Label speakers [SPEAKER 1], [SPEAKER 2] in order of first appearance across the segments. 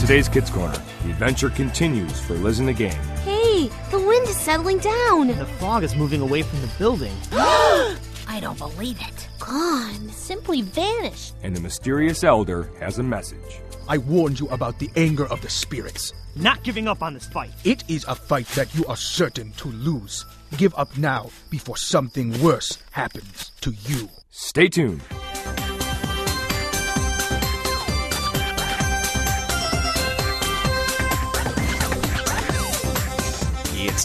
[SPEAKER 1] today's Kids Corner. The adventure continues for Liz and the gang.
[SPEAKER 2] Hey, the wind is settling down.
[SPEAKER 3] The fog is moving away from the building.
[SPEAKER 4] I don't believe it.
[SPEAKER 2] Gone.
[SPEAKER 4] Simply vanished.
[SPEAKER 1] and the mysterious elder has a message.
[SPEAKER 5] I warned you about the anger of the spirits.
[SPEAKER 3] Not giving up on this fight.
[SPEAKER 5] It is a fight that you are certain to lose. Give up now before something worse happens to you.
[SPEAKER 1] Stay tuned.
[SPEAKER 6] It's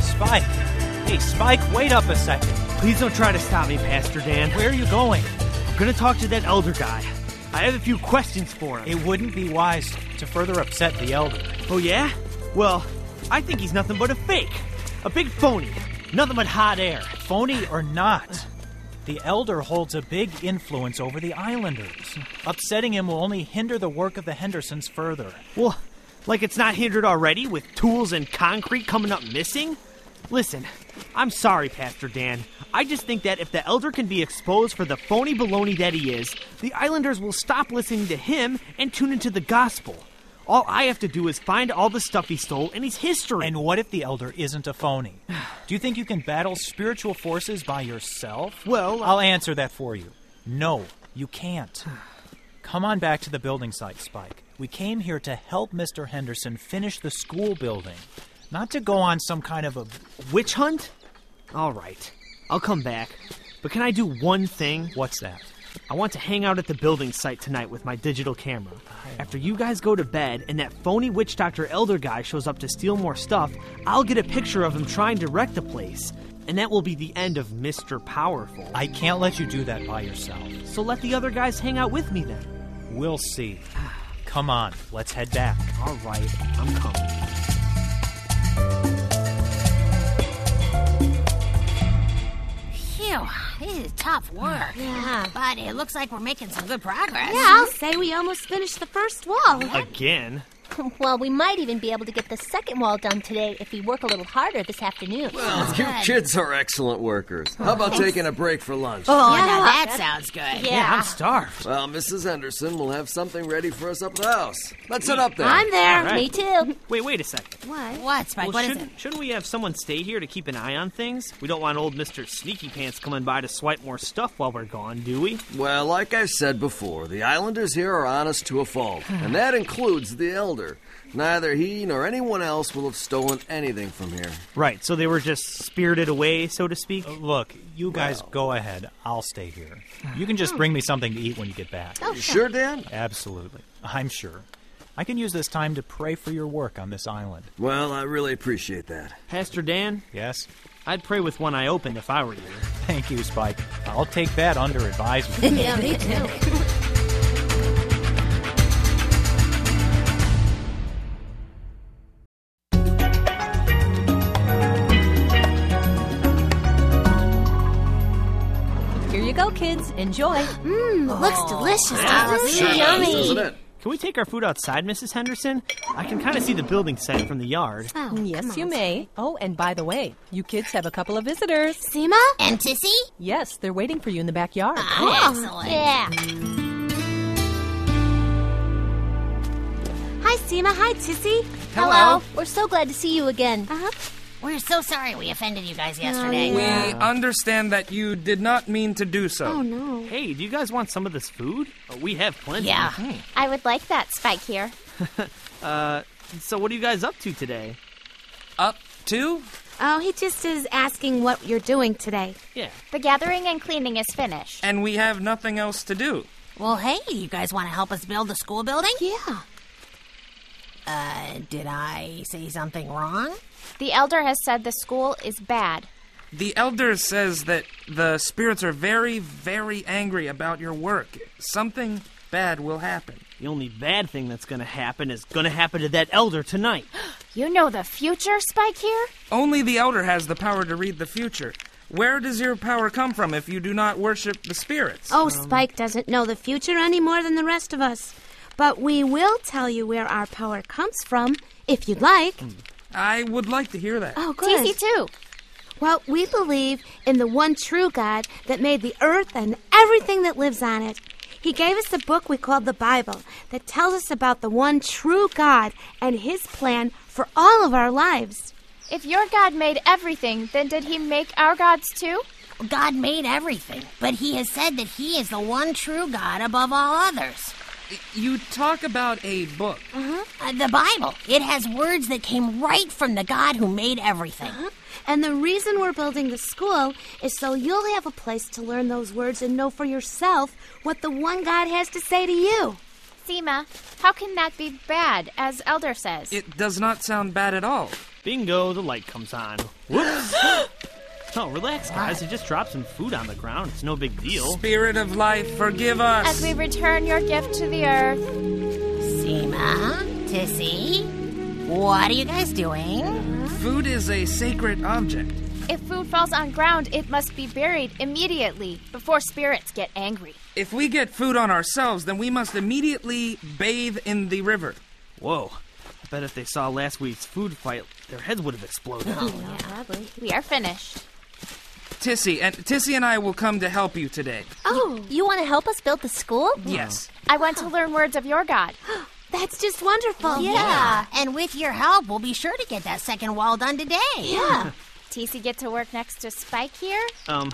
[SPEAKER 7] Spike! Hey, Spike, wait up a second.
[SPEAKER 3] Please don't try to stop me, Pastor Dan.
[SPEAKER 7] Where are you going?
[SPEAKER 3] I'm gonna talk to that elder guy. I have a few questions for him.
[SPEAKER 7] It wouldn't be wise to further upset the elder.
[SPEAKER 3] Oh, yeah? Well, I think he's nothing but a fake. A big phony. Nothing but hot air.
[SPEAKER 7] Phony or not, the elder holds a big influence over the islanders. Upsetting him will only hinder the work of the Hendersons further.
[SPEAKER 3] Well, like it's not hindered already with tools and concrete coming up missing? Listen, I'm sorry, Pastor Dan. I just think that if the Elder can be exposed for the phony baloney that he is, the Islanders will stop listening to him and tune into the gospel. All I have to do is find all the stuff he stole and his history.
[SPEAKER 7] And what if the elder isn't a phony? Do you think you can battle spiritual forces by yourself?
[SPEAKER 3] Well, I-
[SPEAKER 7] I'll answer that for you. No, you can't. Come on back to the building site, Spike. We came here to help Mr. Henderson finish the school building, not to go on some kind of a.
[SPEAKER 3] witch hunt? All right, I'll come back. But can I do one thing?
[SPEAKER 7] What's that?
[SPEAKER 3] I want to hang out at the building site tonight with my digital camera. After you guys go to bed and that phony witch doctor elder guy shows up to steal more stuff, I'll get a picture of him trying to wreck the place. And that will be the end of Mr. Powerful.
[SPEAKER 7] I can't let you do that by yourself.
[SPEAKER 3] So let the other guys hang out with me then.
[SPEAKER 7] We'll see. Come on, let's head back.
[SPEAKER 3] All right, I'm coming.
[SPEAKER 4] Phew, this is tough work. Yeah. But it looks like we're making some good progress.
[SPEAKER 2] Yeah, I'll say we almost finished the first wall.
[SPEAKER 3] Again?
[SPEAKER 8] Well, we might even be able to get the second wall done today if we work a little harder this afternoon.
[SPEAKER 9] You kids are excellent workers. How about taking a break for lunch?
[SPEAKER 4] Oh,
[SPEAKER 8] Yeah.
[SPEAKER 4] now that sounds good.
[SPEAKER 3] I'm starved.
[SPEAKER 9] Well, Mrs. Henderson will have something ready for us up at the house. Let's head up there.
[SPEAKER 2] I'm there.
[SPEAKER 3] All right.
[SPEAKER 8] Me too.
[SPEAKER 3] Wait, wait a second.
[SPEAKER 2] What?
[SPEAKER 4] What, Spike?
[SPEAKER 3] well,
[SPEAKER 4] what is it?
[SPEAKER 3] shouldn't, shouldn't we have someone stay here to keep an eye on things? We don't want old Mr. Sneaky Pants coming by to swipe more stuff while we're gone, do we?
[SPEAKER 9] Well, like I've said before, the Islanders here are honest to a fault, and that includes the Elder. Neither he nor anyone else will have stolen anything from here.
[SPEAKER 3] Right, so they were just spirited away, so to speak?
[SPEAKER 7] Look, you guys go ahead. I'll stay here. You can
[SPEAKER 2] Hmm.
[SPEAKER 7] just bring me something to eat when you get back.
[SPEAKER 2] Oh.
[SPEAKER 9] You sure, Dan?
[SPEAKER 7] Absolutely. I'm sure. I can use this time to pray for your work on this island.
[SPEAKER 9] Well, I really appreciate that.
[SPEAKER 3] Pastor Dan,
[SPEAKER 7] Yes?
[SPEAKER 3] I'd pray with one eye open if I were you.
[SPEAKER 7] Thank you, Spike. I'll take that under advisement.
[SPEAKER 8] Yeah, me too. Here you go, kids. Enjoy.
[SPEAKER 2] Looks delicious, doesn't it?
[SPEAKER 9] Sure
[SPEAKER 2] Yummy.
[SPEAKER 9] does, isn't it?
[SPEAKER 3] Can we take our food outside, Mrs. Henderson? I can kind of see the building site from the yard.
[SPEAKER 2] Oh,
[SPEAKER 8] Yes, you may. Oh, and by the way, you kids have a couple of visitors.
[SPEAKER 2] Zima?
[SPEAKER 4] And Sissy?
[SPEAKER 8] Yes, they're waiting for you in the backyard.
[SPEAKER 4] Ah,
[SPEAKER 2] Ah,
[SPEAKER 4] Excellent.
[SPEAKER 2] Yeah. Hi, Seema. Hi, Tissy.
[SPEAKER 8] Hello. We're so glad to see you again.
[SPEAKER 2] Uh-huh.
[SPEAKER 4] We're so sorry we offended you guys yesterday.
[SPEAKER 10] We understand that you did not mean to do so.
[SPEAKER 2] no.
[SPEAKER 3] Hey, do you guys want some of this food? Oh, we have plenty. Hmm.
[SPEAKER 4] Yeah.
[SPEAKER 2] I would like that spike here.
[SPEAKER 3] So, what are you guys up to today?
[SPEAKER 10] Up to?
[SPEAKER 2] Oh, he just is asking what you're doing today.
[SPEAKER 3] Yeah.
[SPEAKER 8] The gathering and cleaning is finished.
[SPEAKER 10] And we have nothing else to do.
[SPEAKER 4] Well, hey, you guys want to help us build the school building?
[SPEAKER 2] Yeah.
[SPEAKER 4] Uh, did I say something wrong?
[SPEAKER 8] The elder has said the school is bad.
[SPEAKER 10] The elder says that the spirits are very, very angry about your work. Something bad will happen.
[SPEAKER 3] The only bad thing that's gonna happen is gonna happen to that elder tonight.
[SPEAKER 2] You know the future, Spike here?
[SPEAKER 10] Only the Elder has the power to read the future. Where does your power come from if you do not worship the spirits?
[SPEAKER 2] Oh, Spike doesn't know the future any more than the rest of us. But we will tell you where our power comes from, if you'd like.
[SPEAKER 10] Hmm. I would like to hear that.
[SPEAKER 2] Oh, good.
[SPEAKER 8] TC
[SPEAKER 2] too. Well, we believe in the one true God that made the earth and everything that lives on it. He gave us a book we called the Bible that tells us about the one true God and his plan for all of our lives.
[SPEAKER 11] If your God made everything, then did he make our gods too?
[SPEAKER 4] God made everything, but he has said that he is the one true God above all others.
[SPEAKER 10] You talk about a book.
[SPEAKER 4] Uh-huh. the Bible. It has words that came right from the God who made everything.
[SPEAKER 2] Uh-huh. And the reason we're building the school is so you'll have a place to learn those words and know for yourself what the one God has to say to you.
[SPEAKER 11] Seema, how can that be bad, as Elder says?
[SPEAKER 10] It does not sound bad at all.
[SPEAKER 3] Bingo, the light comes on. Whoops! oh, relax, guys. I just dropped some food on the ground. It's no big deal.
[SPEAKER 10] Spirit of life, forgive us.
[SPEAKER 11] As we return your gift to the earth,
[SPEAKER 4] Seema, Tissy, what are you guys doing?
[SPEAKER 10] Food is a sacred object.
[SPEAKER 11] if food falls on ground, it must be buried immediately before spirits get angry.
[SPEAKER 10] If we get food on ourselves, then we must immediately bathe in the river.
[SPEAKER 3] Whoa. I bet if they saw last week's food fight, their heads would have exploded.
[SPEAKER 11] Probably. We are finished.
[SPEAKER 10] Tissy and Tissy and I will come to help you today.
[SPEAKER 8] Oh, you want to help us build the school?
[SPEAKER 10] Yes.
[SPEAKER 11] I want to learn words of your God.
[SPEAKER 2] That's just wonderful.
[SPEAKER 4] Yeah, and with your help, we'll be sure to get that second wall done today.
[SPEAKER 2] Yeah.
[SPEAKER 11] TC get to work next to Spike here?
[SPEAKER 3] Um,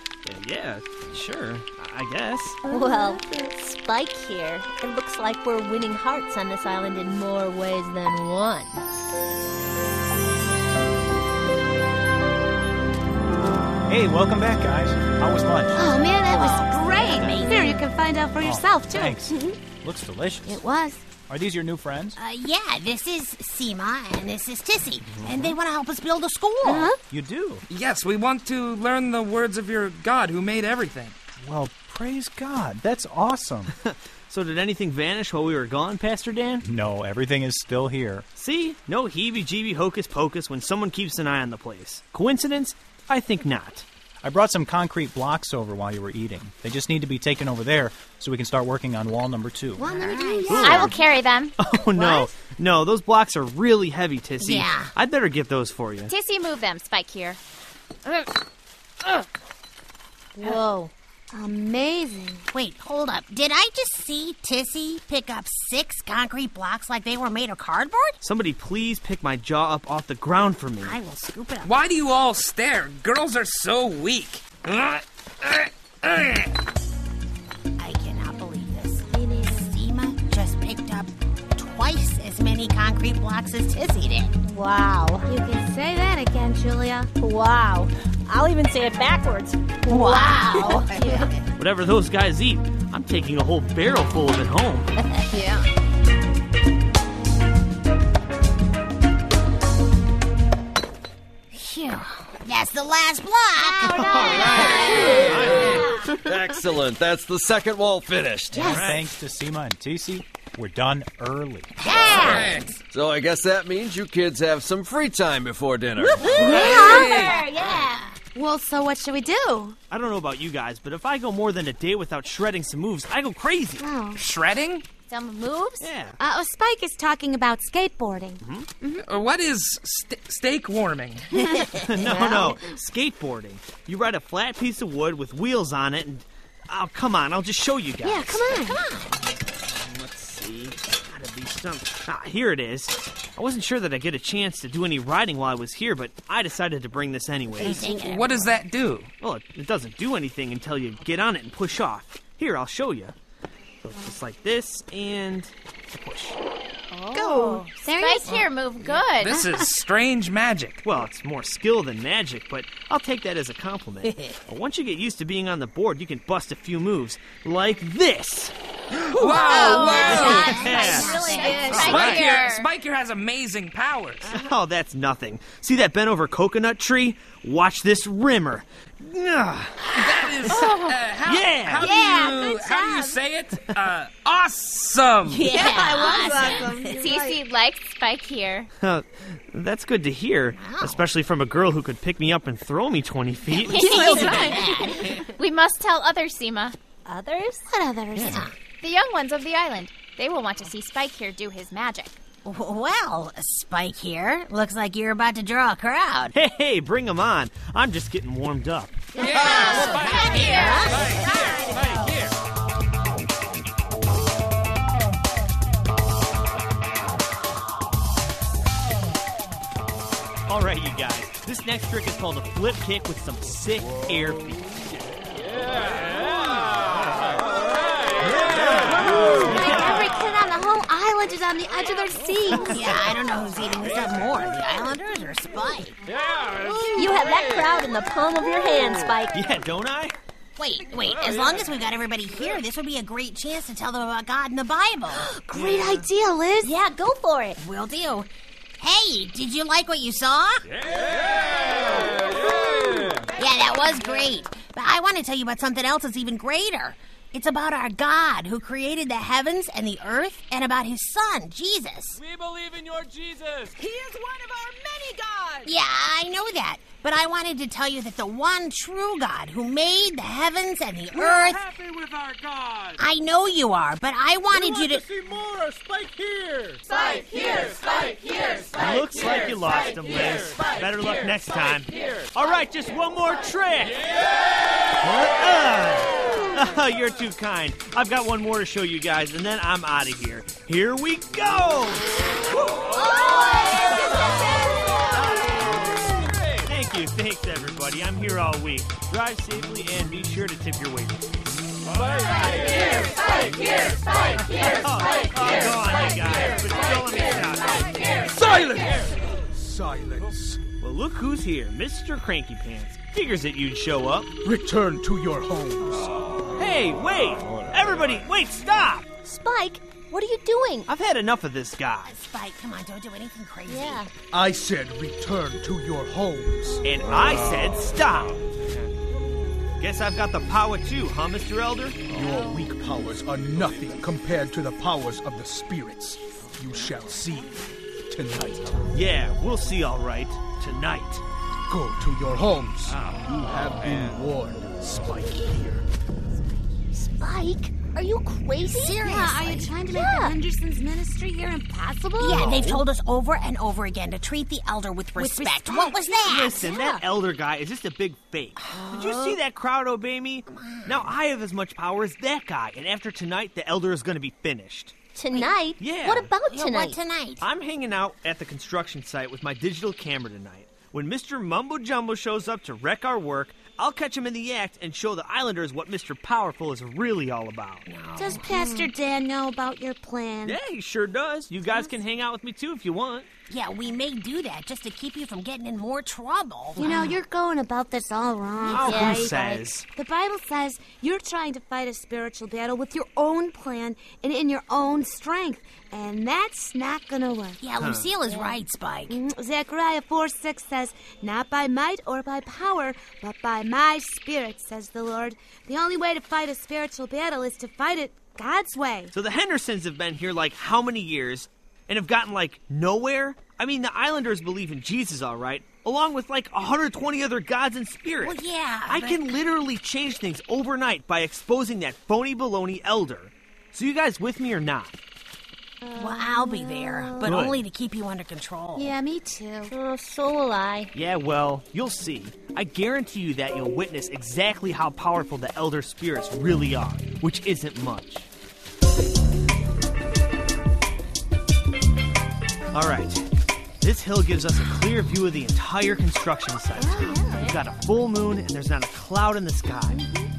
[SPEAKER 3] yeah, sure. I guess.
[SPEAKER 8] Well, Spike here. It looks like we're winning hearts on this island in more ways than one.
[SPEAKER 7] Hey, welcome back, guys. How was lunch?
[SPEAKER 2] Oh, man, that was great. Here, you can find out for yourself, Oh, too. Mm-hmm.
[SPEAKER 7] Thanks. Looks delicious.
[SPEAKER 2] It was.
[SPEAKER 7] Are these your new friends?
[SPEAKER 4] Uh, yeah, this is Seema and this is Tissy, and they want to help us build a school.
[SPEAKER 2] Uh-huh.
[SPEAKER 7] You do?
[SPEAKER 10] Yes, we want to learn the words of your God who made everything.
[SPEAKER 7] Well, praise God. That's awesome.
[SPEAKER 3] So, did anything vanish while we were gone, Pastor Dan?
[SPEAKER 7] no, everything is still here.
[SPEAKER 3] See? No heebie jeebie hocus pocus when someone keeps an eye on the place. Coincidence? I think not.
[SPEAKER 7] I brought some concrete blocks over while you were eating. They just need to be taken over there so we can start working on wall number two.
[SPEAKER 2] Well, let me do it.
[SPEAKER 11] I will carry them.
[SPEAKER 3] Oh, no. No, those blocks are really heavy, Tissy.
[SPEAKER 4] Yeah.
[SPEAKER 3] I'd better get those for you.
[SPEAKER 11] TC, move them, Spike here.
[SPEAKER 8] Whoa.
[SPEAKER 2] Amazing.
[SPEAKER 4] Wait, hold up. Did I just see Tissy pick up six concrete blocks like they were made of cardboard?
[SPEAKER 3] Somebody please pick my jaw up off the ground for me.
[SPEAKER 4] I will scoop it up.
[SPEAKER 10] Why do you all stare? Girls are so weak.
[SPEAKER 4] I cannot believe this. Seema just picked up twice as many concrete blocks as Tissy did.
[SPEAKER 8] Wow.
[SPEAKER 2] You can say that again, Julia.
[SPEAKER 8] Wow. I'll even say it backwards. Wow.
[SPEAKER 3] Whatever those guys eat, I'm taking a whole barrel full of it home.
[SPEAKER 4] Phew. That's the last block.
[SPEAKER 9] Excellent. That's the second wall finished.
[SPEAKER 7] Thanks to Seema and TC, we're done early.
[SPEAKER 9] So I guess that means you kids have some free time before dinner.
[SPEAKER 2] Well, so what should we do?
[SPEAKER 3] I don't know about you guys, but if I go more than a day without shredding some moves, I go crazy.
[SPEAKER 10] Shredding?
[SPEAKER 11] Some moves?
[SPEAKER 3] Yeah.
[SPEAKER 2] Uh, oh, Spike is talking about skateboarding.
[SPEAKER 10] Uh, What is st- steak warming?
[SPEAKER 3] No, no. Skateboarding. You ride a flat piece of wood with wheels on it and. Oh, come on. I'll just show you guys.
[SPEAKER 2] Yeah, come on. Come on.
[SPEAKER 3] Let's see. Gotta be some. Ah, here it is. I wasn't sure that I'd get a chance to do any riding while I was here, but I decided to bring this anyways.
[SPEAKER 10] what does that do?
[SPEAKER 3] Well, it, it doesn't do anything until you get on it and push off. Here, I'll show you. So it's just like this and push.
[SPEAKER 4] Oh.
[SPEAKER 2] Go.
[SPEAKER 11] Spike
[SPEAKER 2] Serious?
[SPEAKER 11] here, move good.
[SPEAKER 10] This is strange magic.
[SPEAKER 3] Well, it's more skill than magic, but I'll take that as a compliment. Once you get used to being on the board, you can bust a few moves like this.
[SPEAKER 10] Wow! Wow!
[SPEAKER 11] That's really good.
[SPEAKER 10] Spike here.
[SPEAKER 11] here.
[SPEAKER 10] Spike here has amazing powers.
[SPEAKER 3] Oh, that's nothing. See that bent over coconut tree? Watch this rimmer. Ugh.
[SPEAKER 10] That is.
[SPEAKER 3] Oh.
[SPEAKER 10] Uh, how,
[SPEAKER 3] Yeah.
[SPEAKER 10] How
[SPEAKER 3] Yeah,
[SPEAKER 10] do you
[SPEAKER 3] good
[SPEAKER 10] how do you say it? Uh, awesome.
[SPEAKER 11] Cece likes Spike here.
[SPEAKER 3] Huh, that's good to hear, especially from a girl who could pick me up and throw me 20 feet.
[SPEAKER 11] we must tell others, Seema.
[SPEAKER 8] Others?
[SPEAKER 2] What others?
[SPEAKER 11] The young ones of the island. They will want to see Spike here do his magic.
[SPEAKER 4] Well, Spike here. Looks like you're about to draw a crowd.
[SPEAKER 3] Hey, hey, bring 'em on. I'm just getting warmed up. All right, you guys. This next trick is called a flip kick with some sick air feet.
[SPEAKER 2] Every kid on the whole island is on the edge of their seats.
[SPEAKER 4] Yeah, I don't know who's eating this up more, the Islanders or Spike.
[SPEAKER 8] You have that crowd in the palm of your hand, Spike.
[SPEAKER 3] Yeah, don't I?
[SPEAKER 4] Wait, wait. As long as we got everybody here, this would be a great chance to tell them about God and the Bible.
[SPEAKER 2] Great idea, Liz.
[SPEAKER 8] Yeah, go for it.
[SPEAKER 4] Will do. Hey, did you like what you saw? Yeah! that was great. But I want to tell you about something else that's even greater. It's about our God who created the heavens and the earth and about his son, Jesus.
[SPEAKER 10] We believe in your Jesus.
[SPEAKER 12] He is one of our many gods.
[SPEAKER 4] Yeah, I know that. But I wanted to tell you that the one true God who made the heavens and the earth.
[SPEAKER 12] happy with our God.
[SPEAKER 4] I know you are, but I wanted you to.
[SPEAKER 12] see more of Spike here.
[SPEAKER 3] Spike here,
[SPEAKER 12] Spike here,
[SPEAKER 3] Looks like you lost him, Liz. Better luck next time. All right, just one more trick. What? Ah. Oh, you're too kind. I've got one more to show you guys, and then I'm out of here. Here we go. Thank you. Thanks, everybody. I'm here all week. Drive safely and be sure to tip your waiters. Oh,
[SPEAKER 5] Silence! Silence.
[SPEAKER 3] Well, look who's here. Mr. Cranky Pants. Figures that you'd show up.
[SPEAKER 5] Return to your homes.
[SPEAKER 3] Hey, wait! Everybody, wait, stop!
[SPEAKER 8] Spike, what are you doing?
[SPEAKER 3] I've had enough of this guy.
[SPEAKER 4] Spike, come on, don't do anything crazy.
[SPEAKER 8] Yeah.
[SPEAKER 5] I said return to your homes.
[SPEAKER 3] And I said stop! Guess I've got the power too, huh, Mr. Elder?
[SPEAKER 5] Your weak powers are nothing compared to the powers of the spirits. You shall see tonight.
[SPEAKER 3] Yeah, we'll see all right. Tonight.
[SPEAKER 5] Go to your homes. you have been warned, Spike here.
[SPEAKER 8] Spike, are you crazy?
[SPEAKER 2] Yeah, are you trying to make the Henderson's ministry here impossible?
[SPEAKER 4] Yeah, they've told us over and over again to treat the elder with
[SPEAKER 2] With
[SPEAKER 4] respect. What was that?
[SPEAKER 3] Listen, that elder guy is just a big fake. Did you see that crowd obey me? Now I have as much power as that guy, and after tonight, the elder is gonna be finished.
[SPEAKER 8] Tonight?
[SPEAKER 3] Yeah.
[SPEAKER 8] What about
[SPEAKER 4] Yeah,
[SPEAKER 8] tonight?
[SPEAKER 4] what tonight?
[SPEAKER 3] I'm hanging out at the construction site with my digital camera tonight. When Mr. Mumbo Jumbo shows up to wreck our work, I'll catch him in the act and show the Islanders what Mr. Powerful is really all about.
[SPEAKER 2] Does Pastor Dan know about your plan?
[SPEAKER 3] Mm. Yeah, he sure does. You guys can hang out with me too if you want.
[SPEAKER 4] Yeah, we may do that just to keep you from getting in more trouble.
[SPEAKER 2] You know, you're going about this all wrong.
[SPEAKER 3] Oh,
[SPEAKER 2] Spike.
[SPEAKER 3] who says?
[SPEAKER 2] The Bible says you're trying to fight a spiritual battle with your own plan and in your own strength, and that's not gonna work.
[SPEAKER 4] Yeah, Lucille is right, Spike.
[SPEAKER 2] Mm, Zechariah 4 6 says, Not by might or by power, but by my spirit, says the Lord. The only way to fight a spiritual battle is to fight it God's way.
[SPEAKER 3] So the Hendersons have been here like how many years and have gotten like nowhere? I mean, the Islanders believe in Jesus, all right, along with like 120 other gods and spirits.
[SPEAKER 4] Well, yeah,
[SPEAKER 3] I
[SPEAKER 4] but-
[SPEAKER 3] can literally change things overnight by exposing that phony baloney elder. So you guys with me or not?
[SPEAKER 4] Well, I'll be there, but
[SPEAKER 3] Good.
[SPEAKER 4] only to keep you under control.
[SPEAKER 2] Yeah, me too.
[SPEAKER 8] Oh, so will I.
[SPEAKER 3] Yeah, well, you'll see. I guarantee you that you'll witness exactly how powerful the elder spirits really are, which isn't much. All right. This hill gives us a clear view of the entire construction site. We've got a full moon and there's not a cloud in the sky.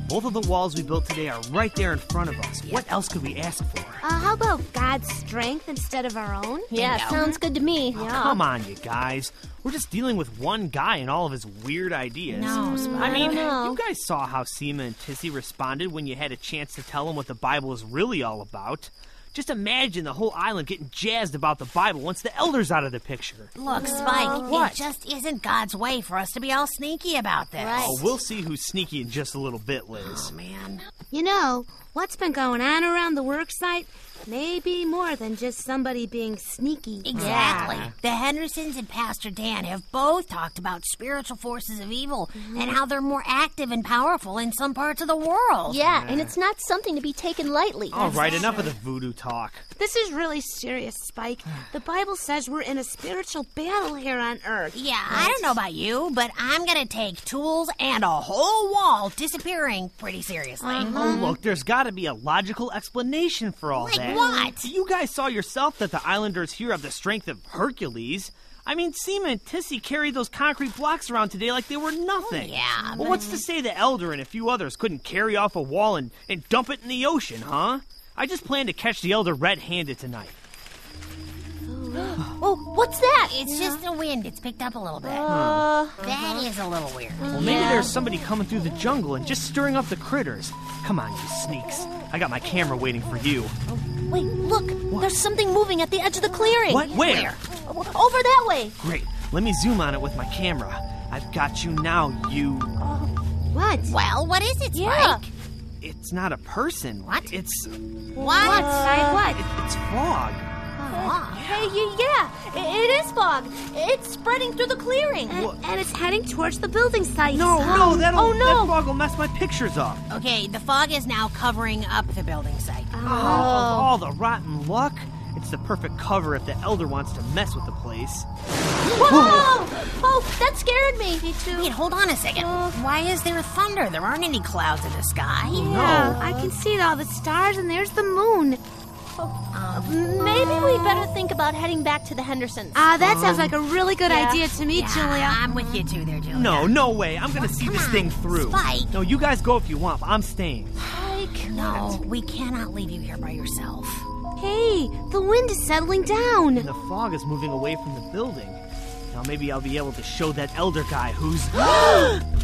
[SPEAKER 3] Both of the walls we built today are right there in front of us. What else could we ask for?
[SPEAKER 2] Uh, how about God's strength instead of our own?
[SPEAKER 8] Yeah,
[SPEAKER 3] Bingo.
[SPEAKER 8] sounds good to me.
[SPEAKER 3] Oh, Come on, you guys. We're just dealing with one guy and all of his weird ideas.
[SPEAKER 8] No, Spike.
[SPEAKER 3] I mean,
[SPEAKER 8] I don't know.
[SPEAKER 2] Oh.
[SPEAKER 3] you guys saw how Seema and Tissy responded when you had a chance to tell them what the Bible is really all about. Just imagine the whole island getting jazzed about the Bible once the elder's out of the picture.
[SPEAKER 4] Look, Spike, it just isn't God's way for us to be all sneaky about this.
[SPEAKER 3] Oh, we'll see who's sneaky in just a little bit, Liz.
[SPEAKER 4] man.
[SPEAKER 2] You know, what's been going on around the worksite may be more than just somebody being sneaky.
[SPEAKER 4] Exactly. The Hendersons and Pastor Dan have both talked about spiritual forces of evil
[SPEAKER 2] Mm-hmm.
[SPEAKER 4] and how they're more active and powerful in some parts of the world.
[SPEAKER 8] Yeah, and it's not something to be taken lightly.
[SPEAKER 3] All right, enough of the voodoo talk.
[SPEAKER 2] This is really serious, Spike. The Bible says we're in a spiritual battle here on Earth.
[SPEAKER 4] Yeah, I don't know about you, but I'm gonna take tools and a whole wall disappearing pretty seriously.
[SPEAKER 3] Oh, look, there's got to be a logical explanation for all
[SPEAKER 4] Um, Like
[SPEAKER 3] that.
[SPEAKER 4] what?
[SPEAKER 3] You guys saw yourself that the Islanders here have the strength of Hercules. I mean, Seema and Tissy carried those concrete blocks around today like they were nothing.
[SPEAKER 4] Oh,
[SPEAKER 3] yeah. Well, what's to say the Elder and a few others couldn't carry off a wall and, and dump it in the ocean, huh? I just plan to catch the Elder red handed tonight.
[SPEAKER 4] Oh, what's that? It's just the wind. It's picked up a little bit. that is a little weird.
[SPEAKER 3] Well, maybe there's somebody coming through the jungle and just stirring up the critters. Come on, you sneaks. I got my camera waiting for you.
[SPEAKER 8] Wait, look, there's something moving at the edge of the clearing.
[SPEAKER 3] What? Where?
[SPEAKER 8] Over that way.
[SPEAKER 3] Great. Let me zoom on it with my camera. I've got you now, you.
[SPEAKER 2] What?
[SPEAKER 4] Well, what is it, Spike?
[SPEAKER 8] Yeah.
[SPEAKER 3] It's not a person. What? It's
[SPEAKER 4] What?
[SPEAKER 8] What, Spike? What?
[SPEAKER 3] it's fog.
[SPEAKER 8] Hey, y- yeah, i- it is fog. It's spreading through the clearing.
[SPEAKER 2] And it's heading towards the building site.
[SPEAKER 3] No, no, that'll
[SPEAKER 8] Oh, no.
[SPEAKER 3] that fog will mess my pictures up.
[SPEAKER 4] Okay, the fog is now covering up the building site.
[SPEAKER 3] Oh. Of all the rotten luck, it's the perfect cover if the elder wants to mess with the place.
[SPEAKER 8] Whoa! Oh, that scared me. Me too.
[SPEAKER 4] Wait, hold on a second. Why is there thunder? There aren't any clouds in the sky.
[SPEAKER 2] Yeah, I can see all the stars, and there's the moon.
[SPEAKER 8] Oh, Maybe we better think about heading back to the Hendersons.
[SPEAKER 2] Ah, that sounds like a really good
[SPEAKER 8] Yeah.
[SPEAKER 2] idea to me, Julia.
[SPEAKER 4] I'm with you too, there, Julia.
[SPEAKER 3] No, no way. I'm gonna see this thing through.
[SPEAKER 4] Spike.
[SPEAKER 3] No, you guys go if you want. but I'm staying.
[SPEAKER 4] No, we cannot leave you here by yourself.
[SPEAKER 2] Hey, the wind is settling down.
[SPEAKER 3] The fog is moving away from the building. Now maybe I'll be able to show that elder guy who's.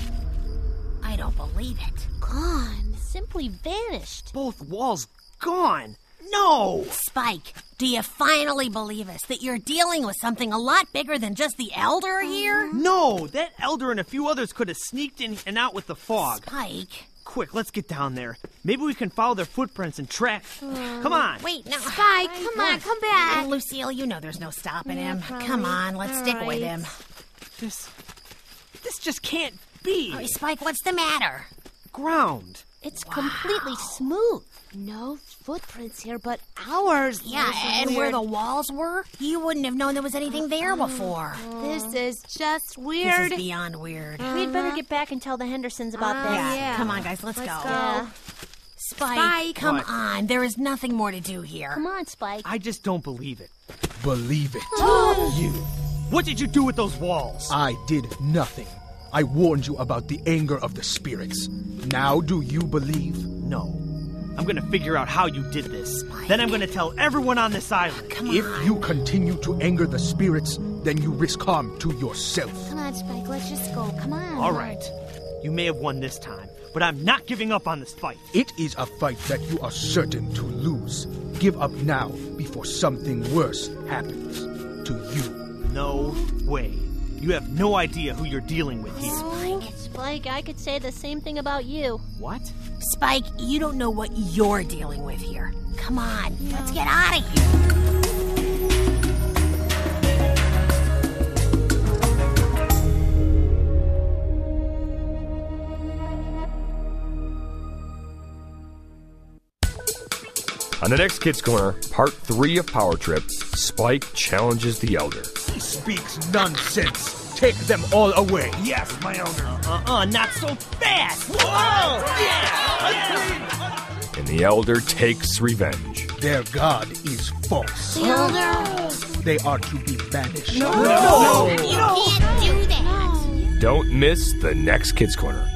[SPEAKER 4] I don't believe it.
[SPEAKER 2] Gone.
[SPEAKER 8] Simply vanished.
[SPEAKER 3] Both walls gone. No.
[SPEAKER 4] Spike, do you finally believe us that you're dealing with something a lot bigger than just the elder here?
[SPEAKER 3] No, that elder and a few others could have sneaked in and out with the fog.
[SPEAKER 4] Spike.
[SPEAKER 3] Quick, let's get down there. Maybe we can follow their footprints and track. Come on.
[SPEAKER 4] Wait, no.
[SPEAKER 2] Spike, come on, come back.
[SPEAKER 4] Lucille, you know there's no stopping him.
[SPEAKER 2] probably.
[SPEAKER 4] Come on, let's
[SPEAKER 2] All
[SPEAKER 4] stick with
[SPEAKER 2] right.
[SPEAKER 4] him.
[SPEAKER 3] This this just can't be.
[SPEAKER 4] Hey, Spike, what's the matter?
[SPEAKER 3] Ground.
[SPEAKER 8] It's completely smooth.
[SPEAKER 2] No footprints here, but ours.
[SPEAKER 4] Yeah,
[SPEAKER 2] This is
[SPEAKER 4] and where
[SPEAKER 2] weird. Uh-huh.
[SPEAKER 4] the walls were? You wouldn't have known there was anything there before.
[SPEAKER 2] This is just
[SPEAKER 4] This is
[SPEAKER 2] weird.
[SPEAKER 4] beyond weird. Uh-huh. Ah,
[SPEAKER 8] We'd better get back and tell the Hendersons about this.
[SPEAKER 4] Yeah. Come on, guys, let's, go.
[SPEAKER 8] Yeah.
[SPEAKER 4] Spike,
[SPEAKER 2] Spike.
[SPEAKER 4] come
[SPEAKER 3] What?
[SPEAKER 4] on. There is nothing more to do here.
[SPEAKER 8] Come on, Spike.
[SPEAKER 3] I just don't believe it.
[SPEAKER 5] Believe it. you.
[SPEAKER 3] What did you do with those walls? Uh,
[SPEAKER 5] I did nothing. I warned you about the anger of the spirits. Now do you believe?
[SPEAKER 3] No. I'm gonna figure out how you did this. Then I'm gonna tell everyone on this island.
[SPEAKER 5] If you continue to anger the spirits, then you risk harm to yourself.
[SPEAKER 2] Come on, Spike, let's just go. Come on.
[SPEAKER 3] All right. You may have won this time, but I'm not giving up on this fight.
[SPEAKER 5] It is a fight that you are certain to lose. Give up now before something worse happens to you.
[SPEAKER 3] No way. You have no idea who you're dealing with here.
[SPEAKER 8] Spike. Spike, I could say the same thing about you.
[SPEAKER 3] What?
[SPEAKER 4] Spike, you don't know what you're dealing with here. Come on, let's get out of here.
[SPEAKER 1] On the next Kids Corner, part three of Power Trip, Spike challenges the Elder.
[SPEAKER 5] He speaks nonsense. Take them all away.
[SPEAKER 1] Yes, my Elder.
[SPEAKER 3] Uh-uh, not so fast! Whoa!
[SPEAKER 1] And the Elder takes revenge.
[SPEAKER 5] Their god is false. They are to be banished.
[SPEAKER 4] You can't do that.
[SPEAKER 1] Don't miss the next Kids Corner.